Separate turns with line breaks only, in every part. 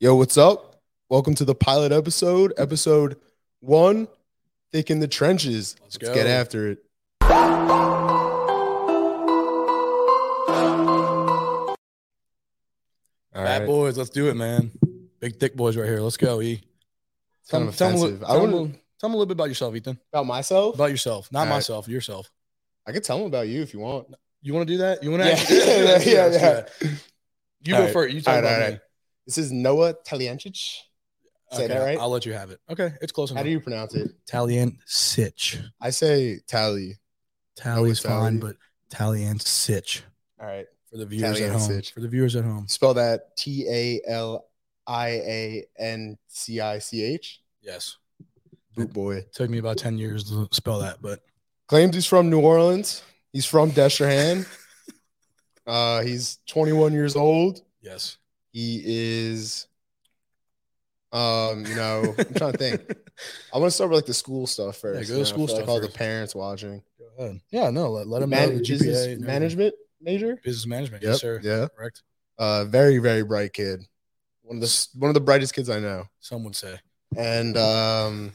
Yo, what's up? Welcome to the pilot episode, episode one, Thick in the Trenches.
Let's
Let's
go.
get after it. All
Bad
right.
boys, let's do it, man. Big thick boys right here. Let's go, E.
It's kind of
tell, me,
offensive.
tell,
I
them a
would
little- tell them a little bit about yourself, Ethan.
about myself.
About yourself, not
All right.
myself, yourself.
I could tell them about you if you want.
You want to do that? You want to?
Yeah,
actually,
yeah,
let's do
yeah,
that, let's do
yeah.
that. You
All
go
right.
first. You talk
All right,
about
all
me.
right. This is Noah Taliancic. Say
Okay,
that right?
I'll let you have it. Okay, it's close enough.
How do you pronounce it?
Italian sitch?
I say Tally.
Tally's
Tally.
fine, but Italian sitch
All right.
for the viewers
Italian
at home.
sitch.
For the viewers at home.
Spell that T A L I A N C I C H.
Yes,
Boot boy.
took me about ten years to spell that, but
Claims he's from New Orleans. He's from Destrehan. uh, he's 21 years old.
yes.
He is, um, you know, I'm trying to think. I want to start with like the school stuff first.
go to
you know,
school
for, like,
stuff
all the
first.
parents watching.
Go ahead. Yeah, no, let, let him
Man-
know the GPA,
business
and everything.
management major.
business management. Yes, sir.
Yeah.
Correct.
Uh, very very bright kid. One of the one of the brightest kids I know.
Some would say.
And um,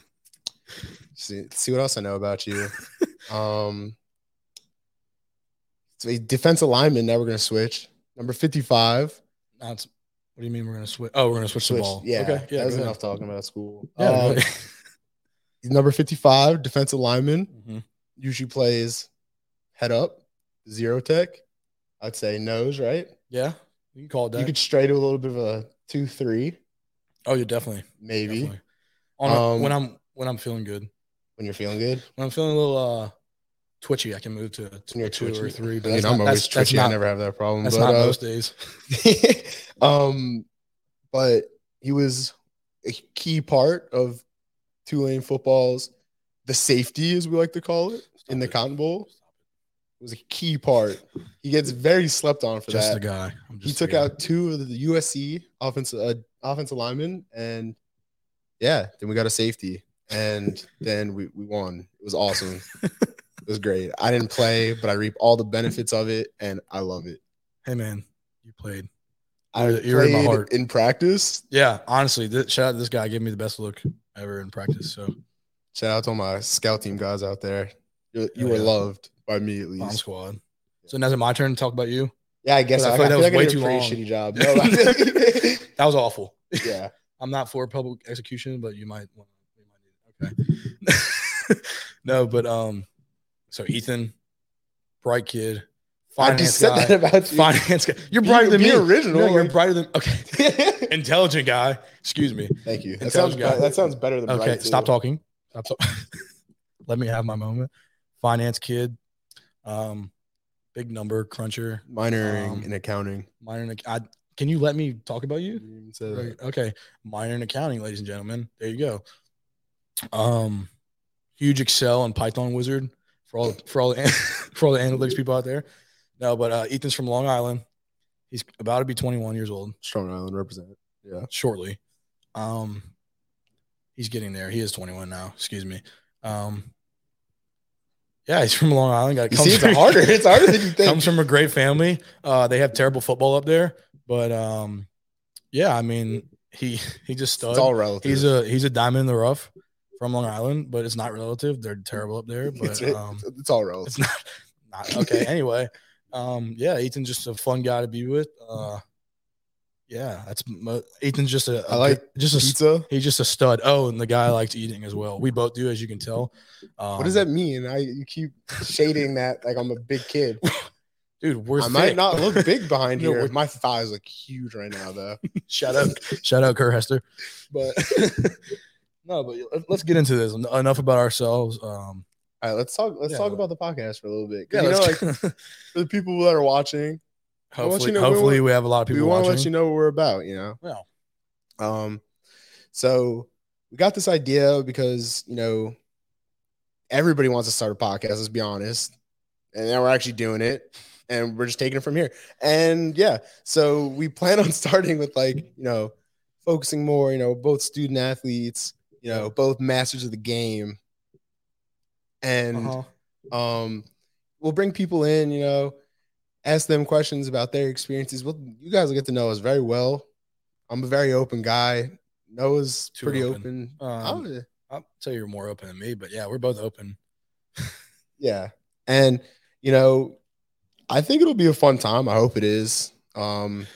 see see what else I know about you. Um, so a defense alignment. Now we're gonna switch number fifty-five.
Not, what do you mean we're gonna switch? Oh, we're gonna switch, the
Switch.
ball.
Yeah,
Okay. Yeah.
that was
go
enough
ahead. Oh,
talking about school.
Yeah,
Um,
go ahead.
he's number fifty-five, defensive lineman.
Mhm.
Usually plays head up, zero tech. I'd say nose. Right.
yeah. You can call it that.
You could stray to a little bit of a two-three,
oh, yeah, definitely.
maybe
definitely. On a-
Um,
when I'm when I'm feeling good,
when you're feeling good.
when I'm feeling a little uh twitchy, I can move to t-
When you're
two or
twitchy.
three. But
I mean,
that's
I'm
not,
always
that's, that's
twitchy.
not,
I never have that problem.
That's
but,
not
uh,
most days.
um, but he was a key part of Tulane football's the safety, as we like to call it, in the Cotton Bowl. was a key part. He gets very slept on for
Just
that.
the guy. I'm
He
just the
took
guy.
out two of the USC offensive uh, offensive linemen, and yeah, then we got a safety, and then we we won. It was awesome. it was great. I didn't play, but I reap all the benefits of it, and I love it.
Hey man, you played.
I
You're- you're in my
played
heart.
in practice.
Yeah, honestly, th- shout out to this guy. Gave me the best look ever in practice. So
Shout out to all my scout team guys out there. You, you
Oh,
were
yeah.
loved by me at
bomb
least.
squad. So now's it my turn to talk about you.
Yeah, I guess
But
I,
I
I feel
feel like that was
like I
way
did
too
a pretty
long.
shitty job. No, I-
That was awful.
yeah,
I'm not for public execution, but you might want you might need it. Okay. no, but um so Ethan, bright kid,
I just
finance
said that
guy.
about you.
Finance guy. You're brighter than
be
me.
original,
No, you're
like-
brighter than okay. Intelligent guy. Excuse me.
Thank you. That
Intelligent
sounds,
guy.
be- that sounds better than
Okay,
bright, too.
stop talking. Stop talking. Let me have my moment. Finance kid. Um big number cruncher.
Minoring
Um,
in accounting.
Minor in, I, can you let me talk about you?
You didn't even say that.
Right. Okay. Minor in accounting, ladies and gentlemen. There you go. Um, huge Excel and Python wizard for all for all the, for all the analytics people out there. No, but uh, Ethan's from Long Island. He's about to be 21 years old
Strong Island represent. Yeah.
shortly. Um, he's getting there. He is 21 now. Excuse me. Um, yeah, he's from Long Island. Got
You see, it's harder. It's harder than you think.
comes from a great family. Uh, they have terrible football up there, but um, yeah, I mean, he he just stud.
It's all relative.
He's a he's a diamond in the rough from Long Island, but it's not relative. They're terrible up there,
it's,
but
it-
um,
it's all relative.
it's not not okay. Anyway, um, yeah, Ethan's just a fun guy to be with. Uh, yeah, that's mo- Ethan's just a, a
I like
just a s-
Pizza.
he's just a stud. Oh, and the guy likes eating as well. We both do, as you can tell. Um,
What does that mean? I you keep shading that like I'm a big kid.
dude? We're
I might
thick.
not look big behind
No,
here.
we're-
My thighs look huge right now though.
shout out, shout out, Kerr Hester.
But
No, but let- let's get into this. En- Enough about ourselves.
all
Um,
right, let's talk. Let's
Yeah,
talk
well-
about the podcast for a little bit. 'Cause
yeah,
you know, like
let's-
for the people that are watching, I want you
hopefully,
to know- we
hopefully we, have a lot of
we
people
want
watching.
to let you know what we're about. You know.
Well,
Um, so we got this idea because you know everybody wants to start a podcast. Let's be honest, and now we're actually doing it, and we're just taking it from here. And yeah, so we plan on starting with like you know focusing more, you know, both student athletes, you know, both masters of the game, and
uh-huh.
um we'll bring people in you know ask them questions about their experiences well you guys will get to know us very well I'm a very open guy. Noah's
Too
pretty
open.
open. Oh,
Um,
uh-huh. I'm-
I'll tell you you're more open than me, but yeah, we're both open.
yeah, and you know, I think it'll be a fun time. I hope it is. Um,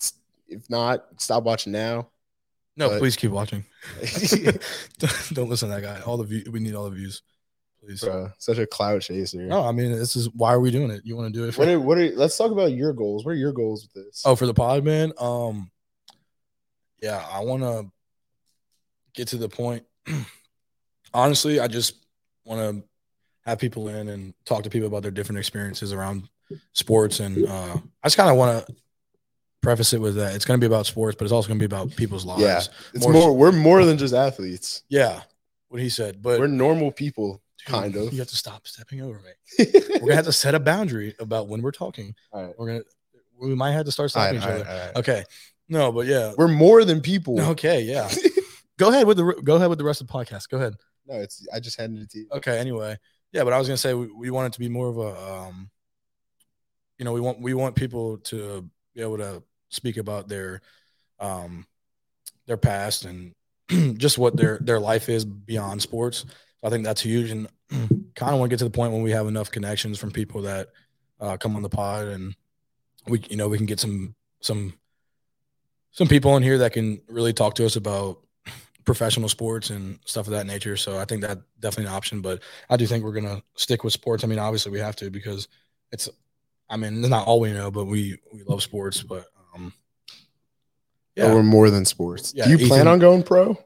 s- if not, stop watching now.
No,
But-
please keep watching. don't, don't listen to that guy. All the view, we need all the views, please.
Bro, such a clout chaser.
No, I mean this is why are we doing it? You want to do it? For,
What are, what are let's talk about your goals. What are your goals with this?
oh, for the pod, man. Um, yeah, I want to get to the point. Honestly, I just want to have people in and talk to people about their different experiences around sports, and uh, I just kind of want to preface it with that it's going to be about sports, but it's also going to be about people's lives.
Yeah. it's
more-
more, we're more than just athletes.
Yeah, what he said, but
We're normal people, kind
Dude,
of.
You have to stop stepping over me. We're gonna have to set a boundary about when we're talking.
All right.
We're gonna we might have to start
All right,
stopping each
all
other.
right, all right.
Okay. No, but yeah.
We're more than people. No,
Okay, yeah. go ahead with the go ahead with the rest of the podcast. Go ahead.
it's I just handed it to you.
Okay. Anyway, yeah. But I was gonna say we, we want it to be more of a, um, you know, we want we want people to be able to speak about their, um, their past and just what their their life is beyond sports. I think that's huge, and kind of want to get to the point when we have enough connections from people that uh, come on the pod, and we you know we can get some some some people in here that can really talk to us about professional sports and stuff of that nature. So I think that definitely an option, but I do think we're gonna stick with sports. I mean, obviously we have to because it's, I mean, it's not all we know, but we we love sports. But um,
But we're more than sports.
Yeah,
Do you plan
Ethan-
on going pro?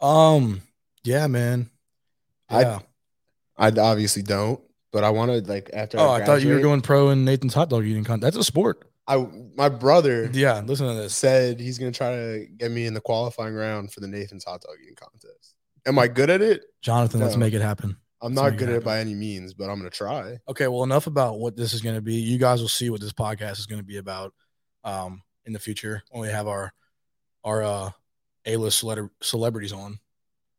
um, yeah, man.
I-
Yeah.
I obviously don't, but I want to like after.
oh, I thought you were
graduate-
going pro in Nathan's hot dog eating contest. That's a sport.
I my brother
Yeah, listen to this.
said he's gonna try to get me in the qualifying round for the Nathan's hot dog eating contest. Am I good at it?
Jonathan, let's
No.
make it happen.
I'm
It's
not
not
good
gonna
at it by any means, but I'm gonna try.
Okay, well, enough about what this is going to be. You guys will see what this podcast is going to be about um, in the future when we have our our uh, A list celeb- celebrities on.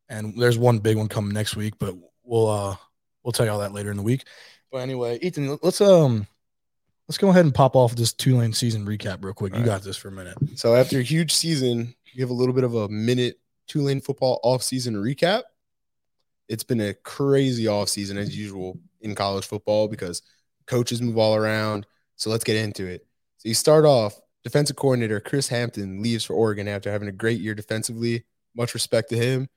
And there's one big one coming next week, but we'll uh, we'll tell you all that later in the week. But anyway, Ethan, let's um let's go ahead and pop off this two lane season recap real quick.
All
you
right.
got this for a minute.
So after a huge season, we have a little bit of a minute Tulane football offseason recap. It's been a crazy offseason as usual in college football because coaches move all around. So let's get into it. So you start off defensive coordinator Chris Hampton leaves for Oregon after having a great year defensively. Much respect to him.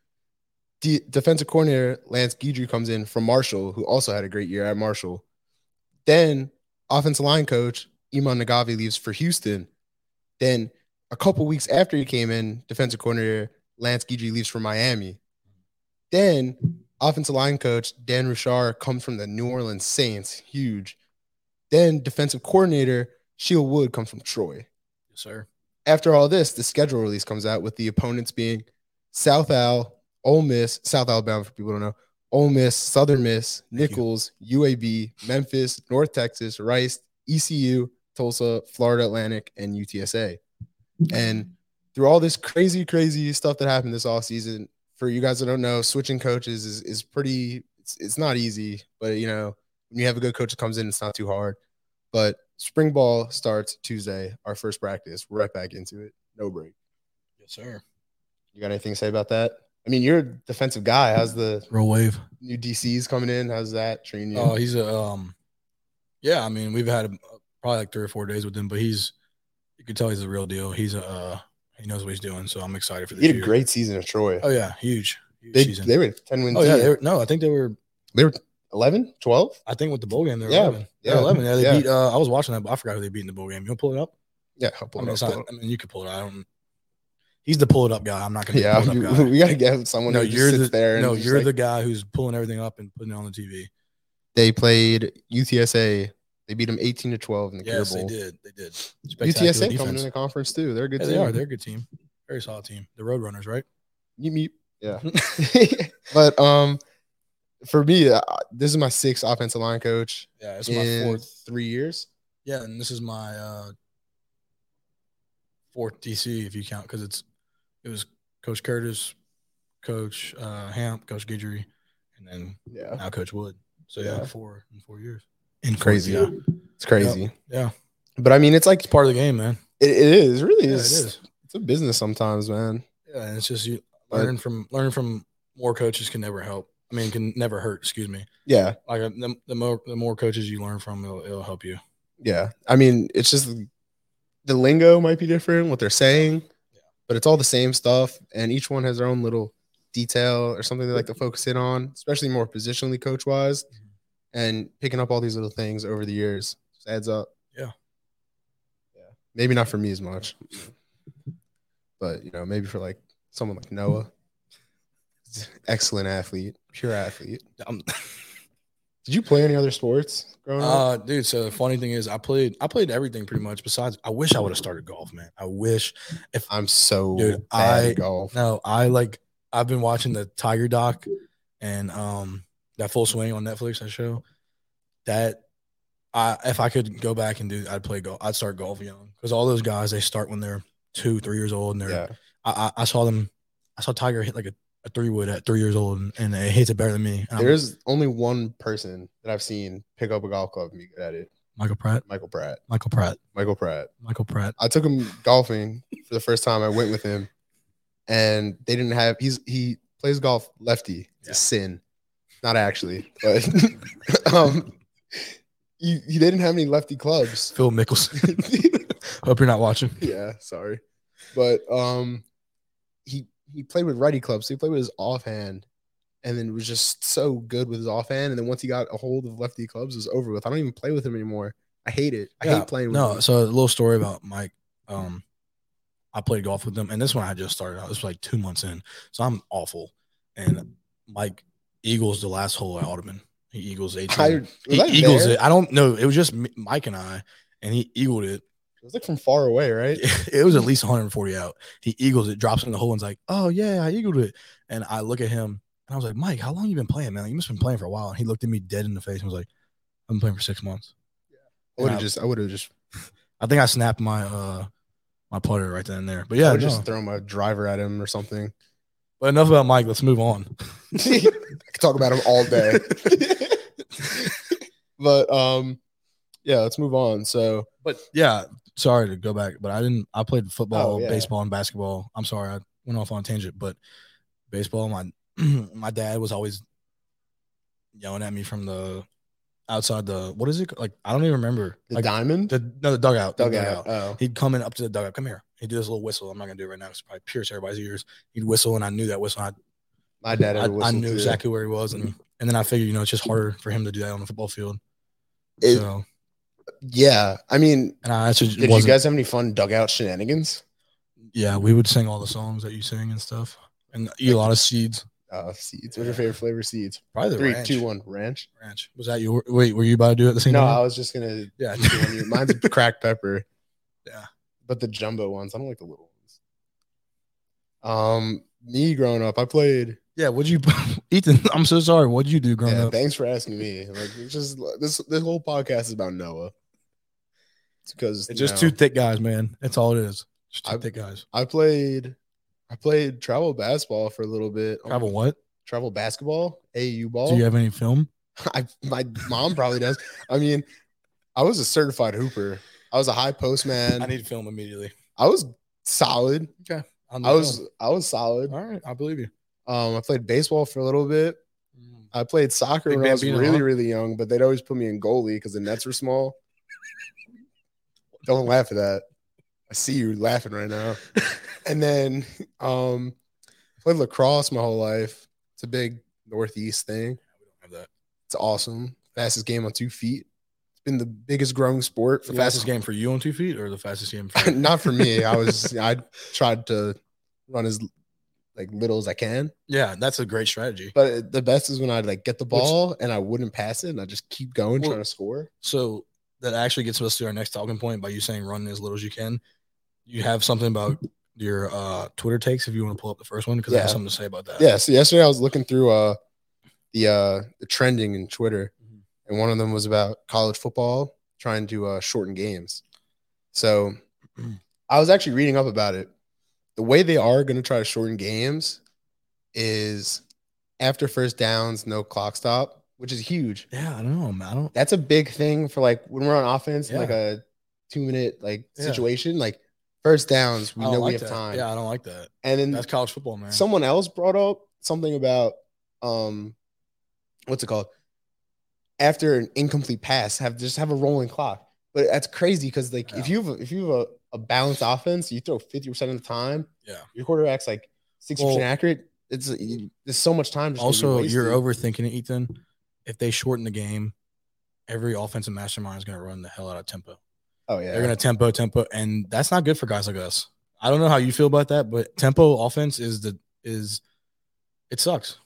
D- defensive coordinator Lance Guidry comes in from Marshall, who also had a great year at Marshall. Then offensive line coach Iman Nagavi leaves for Houston. Then a couple weeks after he came in, defensive coordinator Lance Guidry leaves for Miami. Then offensive line coach Dan Rushar comes from the New Orleans Saints, huge. Then defensive coordinator Sheil Wood comes from Troy.
Yes, sir.
After all this, the schedule release comes out with the opponents being South Al, Ole Miss, South Alabama for people who don't know, Ole Miss, Southern Miss,
you.
Nichols, UAB, Memphis, North Texas, Rice, ECU, Tulsa, Florida Atlantic, and UTSA. And through all this crazy, crazy stuff that happened this offseason, for you guys that don't know, switching coaches is, is pretty, it's, it's not easy, but you know, when you have a good coach that comes in, it's not too hard. But spring ball starts Tuesday, our first practice. We're right back into it. No break.
Yes, sir.
You got anything to say about that? I mean, you're a defensive guy. How's the
Roll wave.
new DCs coming in? How's that training you?
Oh, he's a um, yeah. I mean, we've had uh, probably like three or four days with him, but he's you can tell he's the real deal. He's a uh, he knows what he's doing, so I'm excited for the
he had a
future.
great season at Troy.
Oh yeah, huge, huge
they,
season.
they were a 10 wins.
oh yeah, they
were,
were, no, I think they were.
11, 12.
I think with the bowl game, they were
Yeah,
eleven. Yeah,
yeah,
eleven. Yeah, they
yeah.
beat. Uh, I was watching that, but I forgot who they beat in the bowl game. You want to pull it up?
Yeah, I'll pull
I mean,
it
it's
up,
not-
pull it up.
I mean, you can pull it. Up. I don't. He's the pull it up guy. I'm not gonna.
Yeah,
Yeah, pull it up guy.
we got to get someone
No,
who just
you're
sits
the
there. And
no,
just
you're
like-
the guy who's pulling everything up and putting it on the TV.
They played UTSA. They beat them 18 to 12 in the
Yes,
Gear Bowl.
they did. They did. Spectacular
UTSA coming
defense.
in the conference too. They're a good
Yeah,
team.
they are. They're a good team. Very solid team. The Roadrunners, right?
You meet. Yeah. but um, for me, uh, this is my sixth offensive line coach
Yeah, it's my
in
fourth.
three years.
Yeah, and this is my uh, fourth DC if you count because it's it was Coach Curtis, Coach uh, Hamp, Coach Guidry, and then
Yeah,
now Coach Wood. So yeah,
Yeah.
four in four years. In
Crazy.
Yeah.
it's crazy.
Yeah.
But I mean, it's like
it's part of the game, man.
it, it is it really
Yeah, it
is.
is.
It's a business sometimes, man.
Yeah, and it's just you
But-
learning from learning from more coaches can never help. I mean, can never hurt. Excuse me.
Yeah,
Like uh, the, the more the more coaches you learn from, it'll, it'll help you.
yeah. I mean, it's just the lingo might be different, what they're saying, but it's all the same stuff, and each one has their own little detail or something they like to focus in on, especially more positionally coach wise,
Mm-hmm.
and picking up all these little things over the years just adds up.
Yeah.
yeah. Maybe not for me as much, but you know, maybe for like someone like Noah, excellent athlete, pure athlete.
Um,
Did you play any other sports growing up?
uh, dude. So the funny thing is, I played I played everything pretty much. Besides, I wish I would have started golf, man. I wish.
I'm so
dude,
bad at
I-
golf.
No, I like I've been watching the Tiger Doc and um that Full Swing on Netflix. That show that I if I could go back and do, I'd play golf. I'd start golf young because all those guys they start when they're two, three years old, and they're
Yeah,
I, I I saw them. I saw Tiger hit like a, a three wood at three years old, and, and it hits it better than me. And I'm like,
there's only one person that I've seen pick up a golf club and be good at it.
Michael Pratt.
Michael Pratt.
Michael Pratt.
Michael Pratt.
Michael Pratt.
I took him golfing for the first time. I went with him, and they didn't have. He's he plays golf lefty. It's
Yeah.
a sin, not actually, but um, you, you didn't have any lefty clubs.
Phil Mickelson. Hope you're not watching.
yeah, sorry, but um, he he played with righty clubs. So he played with his offhand, and then was just so good with his offhand. And then once he got a hold of lefty clubs, it was over with. I don't even play with him anymore. I hate it. I
Yeah,
hate playing with
No,
him.
so a little story about Mike. Um, I played golf with them, and this one I just started. I was like two months in, so I'm awful. And Mike eagles the last hole at Audubon. He eagles eighteen.
I, was
he
I
eagles
there?
it. I don't know. It was just me- Mike and I, and he eagled it.
It was like from far away, right?
It was at least 140 out. He eagles it, drops in the hole, and's like, "Oh yeah, I eagled it." And I look at him, and I was like, "Mike, how long you been playing, man? Like, you must have been playing for a while." And he looked at me dead in the face and was like, "I've been playing for six months."
I would have
I-
just, I would have just,
I think I snapped my uh my putter right then and there. But
I
yeah,
would
no.
Oh, just thrown my driver at him or something.
but enough about Mike. Let's move on.
I could talk about him all day. but um, yeah, let's move on. So
But yeah, sorry to go back, but I didn't. I played football,
Oh, yeah.
baseball, and basketball. I'm sorry, I went off on a tangent, but baseball. My my dad was always yelling at me from the outside the what is it like? I don't even remember.
the
like
diamond
the no the dugout. the
dugout. Oh,
He'd come in up to the dugout. Come here. He'd do this little whistle. I'm not gonna do it right now. 'cause It's probably pierce everybody's ears. He'd whistle, and I knew that whistle. and I
my dad
I,
had a
I
whistle
knew
too.
exactly where he was, and
Mm-hmm.
and then I figured, you know, it's just harder for him to do that on the football field.
It-
so,
yeah, I mean,
and I actually
did
wasn't.
you guys have any fun dugout shenanigans?
yeah, we would sing all the songs that you sing and stuff, and eat a lot of seeds.
Uh, seeds. What's your favorite flavor? of Seeds.
Probably the
Three,
ranch.
two, one. Ranch.
Ranch. Was that your wait? Were you about to do it at the same
No, I
time?
was just gonna.
yeah.
do one of your- Mine's cracked pepper.
Yeah.
but the jumbo ones. I don't like the little ones. Um, me growing up, I played
yeah. What'd you, Ethan? I'm so sorry. What'd you do growing
Yeah,
up?
thanks for asking me. Like, it's just this this whole podcast is about Noah. It's because
It's just
you
two
know,
thick guys, man. That's all it is. Just two
I-
thick guys.
I played, I played travel basketball for a little bit.
Travel what?
travel basketball, AU
Do
ball.
you have any film?
I, my mom probably does. I mean, I was a certified hooper. I was a high post man. I,
need film immediately.
was solid.
I
I was I was solid.
all right. I believe you.
Um, I played baseball for a little bit. I played soccer
Big
when I was
Bambino,
really,
huh?
really young, but they'd always put me in goalie because the nets were small. Don't laugh at that. I see you laughing right now. And then um played lacrosse my whole life. It's a big northeast thing.
We don't have that.
It's awesome. Fastest game on two feet. It's been the biggest growing sport for
The fastest game for you on two feet, or the fastest game for
Not for me. I was I tried to run as like little as I can.
Yeah, that's a great strategy.
But the best is when I'd like get the ball and I wouldn't pass it and I just keep going
Well-
trying to score.
So that actually gets us to our next talking point by you saying run as little as you can. You have something about your uh, Twitter takes if you want to pull up the first one because I have
Yeah.
something to say about that.
Yeah. So yesterday I was looking through uh the uh the trending in Twitter,
Mhm.
and one of them was about college football trying to uh, shorten games. So I was actually reading up about it. The way they are going to try to shorten games is after first downs, no clock stop, which is huge.
Yeah, I don't know, man. I don't.
That's a big thing for like when we're on offense, in, like
Yeah.
a two minute like
Yeah. Oh,
situation, like. First downs, we
I don't
know we
like
have
that.
time.
Yeah, I don't like that.
And then
That's college football, man.
someone else brought up something about um what's it called after an incomplete pass have just have a rolling clock but that's crazy because like if you have a, if you have a, a balanced offense you throw 50% of the time
yeah.
your quarterback's like 60%
Well-
accurate it's you- there's so much time just gonna be
Also, you're
wasted.
overthinking it, Ethan. If they shorten the game, every offensive mastermind is going to run the hell out of tempo.
oh yeah
They're going to tempo, tempo, and that's not good for guys like us. I don't know how you feel about that, but tempo offense is the is it sucks.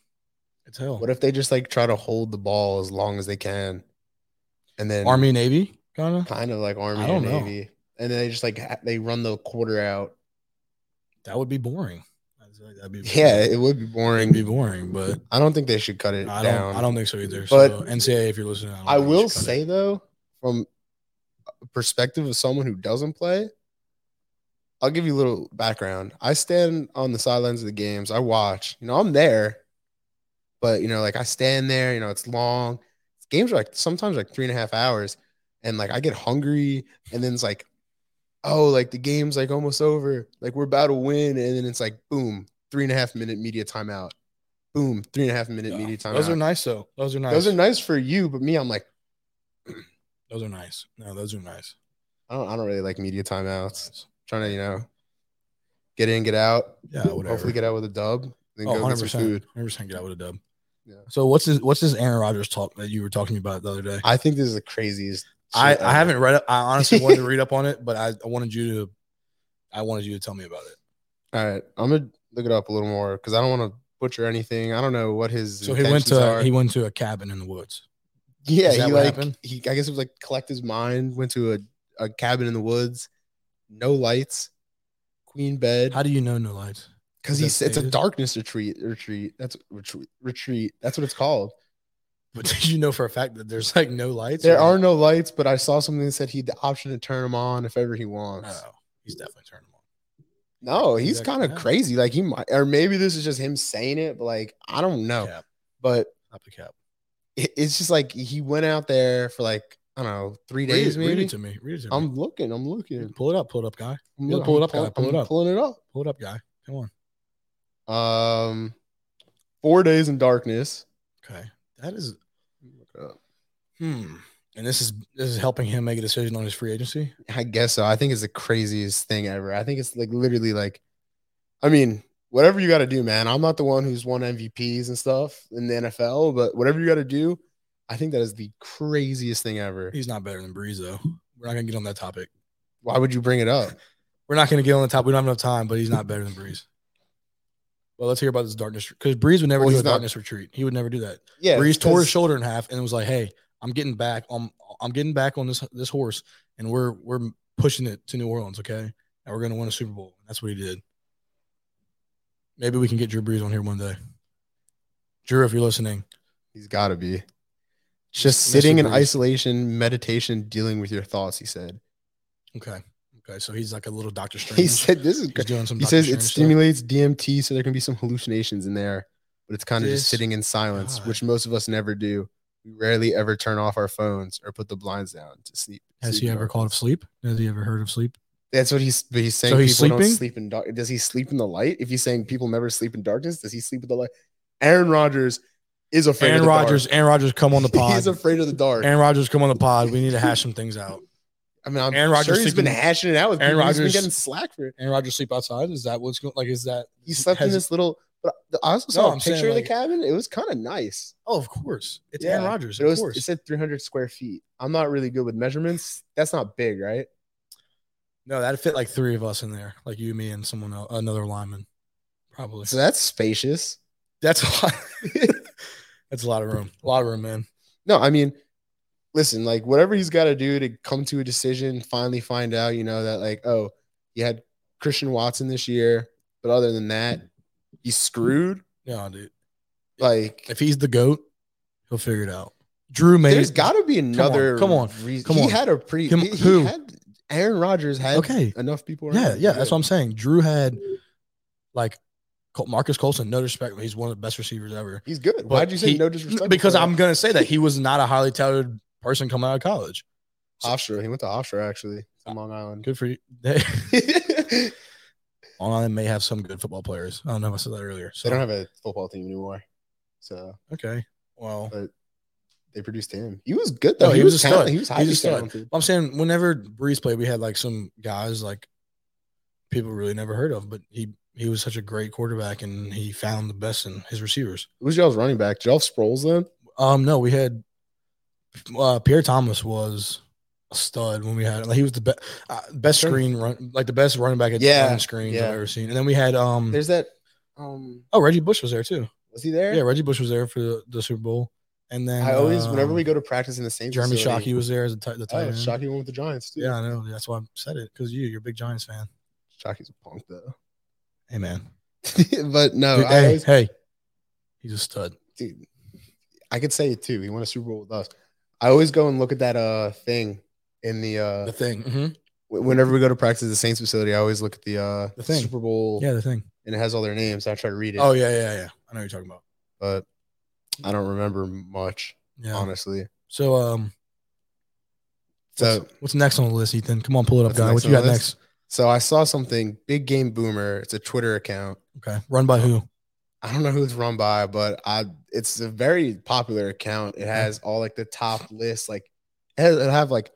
It's hell.
what if they just like try to hold the ball as long as they can and then
Army Navy kind of
kind of like army
I don't
and
know.
navy and then they just like ha- they run the quarter out
that would be boring. I'd say That'd be
yeah it would be
it'd
boring
be boring, but
I don't think they should cut it
I
down.
don't I don't think so either.
But-
so NCAA, if you're listening, I, don't
I
think you
will
should cut
say
it.
though, from a perspective of someone who doesn't play, I'll give you a little background. I stand on the sidelines of the games. I watch. You know, I'm there, but you know, like I stand there. You know, it's long. Games are like sometimes like three and a half hours, and like I get hungry, and then it's like, oh, like the game's like almost over. Like we're about to win, and then it's like boom, three and a half minute media timeout. Boom, three and a half minute
Yeah.
media timeout.
Those are nice though. Those are nice.
Those are nice for you, but me, I'm like,
Those are nice. No, those are nice.
I don't, I don't really like media timeouts. Trying to, you know, get in, get out.
Yeah, Ah, whatever.
Hopefully, get out with a dub. Then
Oh,
go get some
100%.
food.
100% get out with a dub.
Yeah.
So what's this what's this Aaron Rodgers talk that you were talking about the other day?
I think this is the craziest.
I,
shit
I
ever.
haven't read it. I honestly wanted to read up on it, but I, I wanted you to I wanted you to tell me about it.
All right, I'm gonna look it up a little more because I don't want to butcher anything. I don't know what his.
So he went
intentions
to
are.
he went to a cabin in the woods.
yeah
is that
he
what
like
happened?
he I guess it was like collect his mind. Went to a, a cabin in the woods, no lights, queen bed
How do you know no lights?
because
is
he
that
said it's a
stated?
darkness retreat retreat. That's retreat retreat. That's what it's called.
But did you know for a fact that there's like no lights?
There
Or-
are no lights, but I saw something that said he had the option to turn them on if ever he wants.
No, he's definitely turning them on.
No, he's
Exactly.
kind of crazy. Like he might, or maybe this is just him saying it, but like I don't know.
Cap,
But
not the cap.
it, it's just like he went out there for like I don't know three
read,
days
it-
maybe.
read it to me. Read it to me.
I'm looking. I'm looking.
pull it up, pull it up, guy.
I'm
Yeah,
looking.
pull it up,
I'm
guy, pull
I'm
it up.
Pulling it
Pull it up, guy. Come on.
up. Um, four days in darkness.
Okay. That is
Look it up.
hmm. And this is this is helping him make a decision on his free agency.
I guess so. I think it's the craziest thing ever. I think it's like literally like, I mean, whatever you got to do, man. I'm not the one who's won MVPs and stuff in the NFL, but whatever you got to do, I think that is the craziest thing ever.
He's not better than Breeze though. We're not gonna get on that topic.
Why would you bring it up?
We're not going to get on the top. We don't have enough time, but he's not better than Breeze. Well, let's hear about this darkness because Breeze would never
Well,
do a
he's not-
darkness retreat. He would never do that.
Yeah,
Breeze tore his
because-
shoulder in half and was like, "Hey, I'm getting back. I'm I'm getting back on this this horse, and we're we're pushing it to New Orleans, okay? And we're going to win a Super Bowl." That's what he did. Maybe we can get Drew Brees on here one day. Drew, if you're listening,
He's got to be just
Mr.
sitting in
Breeze.
isolation, meditation, dealing with your thoughts. He said.
Okay, okay. So he's like a little Doctor Strange.
He said this is.
he's
Cra-
doing some.
he
Dr.
says it
Strange stuff.
stimulates DMT, so there can be some hallucinations in there, but it's kind of
This
just sitting in silence,
guy.
which most of us never do. We rarely ever turn off our phones or put the blinds down to sleep.
Has
sleep
he
in
ever
dark-
called of sleep? Has he ever heard of sleep?
That's what he's. But he's saying
So he's
people don't
sleeping?
sleep in dark. Does he sleep in the light? If he's saying people never sleep in darkness, does he sleep with the light? Aaron Rodgers is afraid.
Aaron
of the
Rodgers, Aaron Rodgers, come on the
Dark.
pod.
he's afraid of the dark.
Aaron Rodgers, come on the pod. We need to hash some things out.
I mean, I'm
Aaron
Aaron
Rodgers
sure he's been
sleeping-
hashing it out with
Aaron
Aaron Rodgers. He's
Rodgers-
been getting slack for it.
Aaron Rodgers sleep outside. Is that what's going? Like, is that?
He slept in
has-
this little. But I also
No,
saw a
I'm saying,
picture of the
like-
cabin. It was kind of nice.
Oh, of course. It's
Yeah,
Aaron Rodgers.
But
Of
it, was,
course.
it said 300 square feet. I'm not really good with measurements. That's not big, right?
no, that'd fit like three of us in there, like you, me, and someone else, another lineman, probably.
So that's spacious.
That's a lot. that's a lot of room. A lot of room, man.
No, I mean, listen, like whatever he's got to do to come to a decision, finally find out, you know, that like, oh, you had Christian Watson this year, but other than that, he's screwed.
Yeah, dude.
Like,
If he's the goat, he'll figure it out. Drew made.
there's got to be another.
come on,
reason.
come
he
on.
had a pre.
Him-
he, he
who?
had Aaron Rodgers had
Okay.
enough people. around
Yeah,
him.
yeah. That's what I'm saying. Drew had like Col- Marcus Colson. No disrespect, but he's one of the best receivers ever.
He's good.
But
Why'd you say
he-
no disrespect?
because
for that?
I'm going to say that he was not a highly touted person coming out of college.
Hofstra. He went to Hofstra actually. from Long Island.
Good for you.
they
Long Island may have some good football players. I don't know. I said that earlier. So
don't have a football team anymore, so
okay. Well,
they produced him. He was good though.
No,
he,
he
was,
was a
talent-
stud.
He was
He's a
highly
stud.
talented.
I'm saying whenever Breeze played, we had like some guys like people really never heard of, but he he was such a great quarterback and he found the best in his receivers.
Who's y'all's running back? Jelf Sproles then?
Um, no, we had uh, Pierre Thomas was a stud when we had like he was the best uh, best
Sure.
screen run like the best running back at
Yeah,
running screens
yeah.
I've ever seen. And then we had um
There's that. Um,
oh Reggie Bush was there too.
was he there?
Yeah, Reggie Bush was there for the, the Super Bowl. And then
I always,
um,
whenever we go to practice in the same.
Jeremy
facility,
Shockey was there as the, t- the tight
Oh,
end.
Shockey went with the Giants too.
Yeah, I know. That's why I said it because you you're a big Giants fan.
Shockey's a punk though.
Hey man,
but no,
Dude,
Oh, I
hey,
always,
hey, he's a stud.
dude, I could say it too. He won a Super Bowl with us. I always go and look at that uh thing in the uh
The thing,
wh- whenever we go to practice at the Saints facility. I always look at the uh
The thing.
Super Bowl
yeah, the thing.
and it has all their names. I try to read it,
Oh yeah, yeah, yeah. I know what you're talking about.
but I don't remember much
Yeah.
honestly.
So um,
So
what's, what's next on the list, Ethan? Come on, pull it up,
What's
guy.
next
What you
on
got
the
next?
list? so I saw something. Big Game Boomer. It's a Twitter account.
Okay, run by who?
I don't know who it's run by, but I it's a very popular account. It has all like the top lists, like it has, it'll have like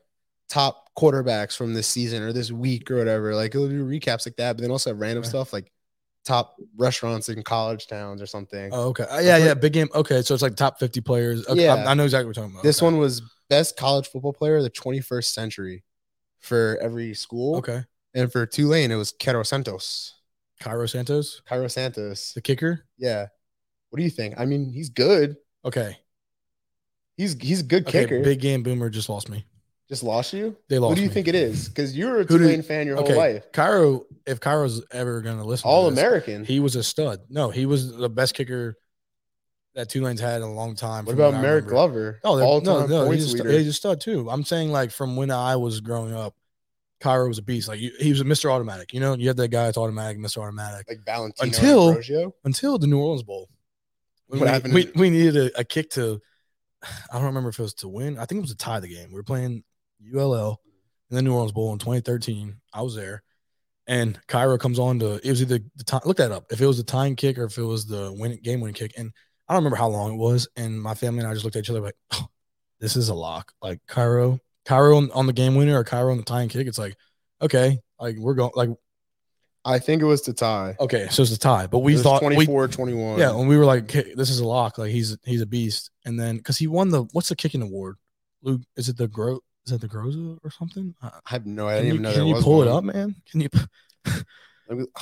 top quarterbacks from this season or this week or whatever. Like it'll do recaps like that, but then also have random
Okay.
stuff like top restaurants in college towns or something.
Oh, okay. Uh, yeah,
Like-
yeah. Big game. Okay, so it's like top 50 players. Okay,
Yeah.
I, I know exactly what you're talking about.
this
Okay.
one was best college football player of the 21st century for every school.
Okay,
And for Tulane, it was Cairo Santos.
Cairo Santos,
Cairo Santos.
the kicker.
Yeah. What do you think? I mean, he's good.
Okay,
He's he's a good
okay.
kicker.
Big game boomer just lost me.
Just lost you?
They lost.
What do you
me.
think it is? Because you were a
Who do you-
Tulane fan your
okay,
whole life.
Cairo. If Cairo's ever gonna listen, to
All
this,
American.
He was a stud. No, he was the best kicker that Tulane's had in a long time.
What
from
about
I
Merrick
remember.
Glover?
No, they're-
all
no,
time
no,
points
he's a, stud,
leader.
he's a stud too. I'm saying like from when I was growing up, Cairo was a beast. Like you, he was a Mr. Automatic. You know, you had that guy that's automatic, Mr. Automatic.
like Valentino
Until-
Ambrosio.
Until the New Orleans Bowl, when
What
we,
happened
We,
in-
we needed a, a kick to. I don't remember if it was to win. I think it was to tie the game. We were playing ULL in the New Orleans Bowl in 2013. I was there, and Cairo comes on to it was either the time. Look that up. If it was the time kick or if it was the win game winning kick, and I don't remember how long it was. And my family and I just looked at each other like, "Oh, this is a lock. Like Cairo, Cairo on, on the game winner or Cairo on the tying kick. It's like, okay, like we're going. Like
I think it was to tie.
okay, so it's a tie. But
It
we
was
thought we
24 21.
yeah, when we were like, "Hey, this is a lock. Like he's he's a beast. And then because he won the what's the kicking award? Luke, is it the Gro? Is that the Groza or something? I,
I have no idea. I
can
didn't
you,
even know
can
there
you
was
pull it
one.
up, man? Can you?
Let me-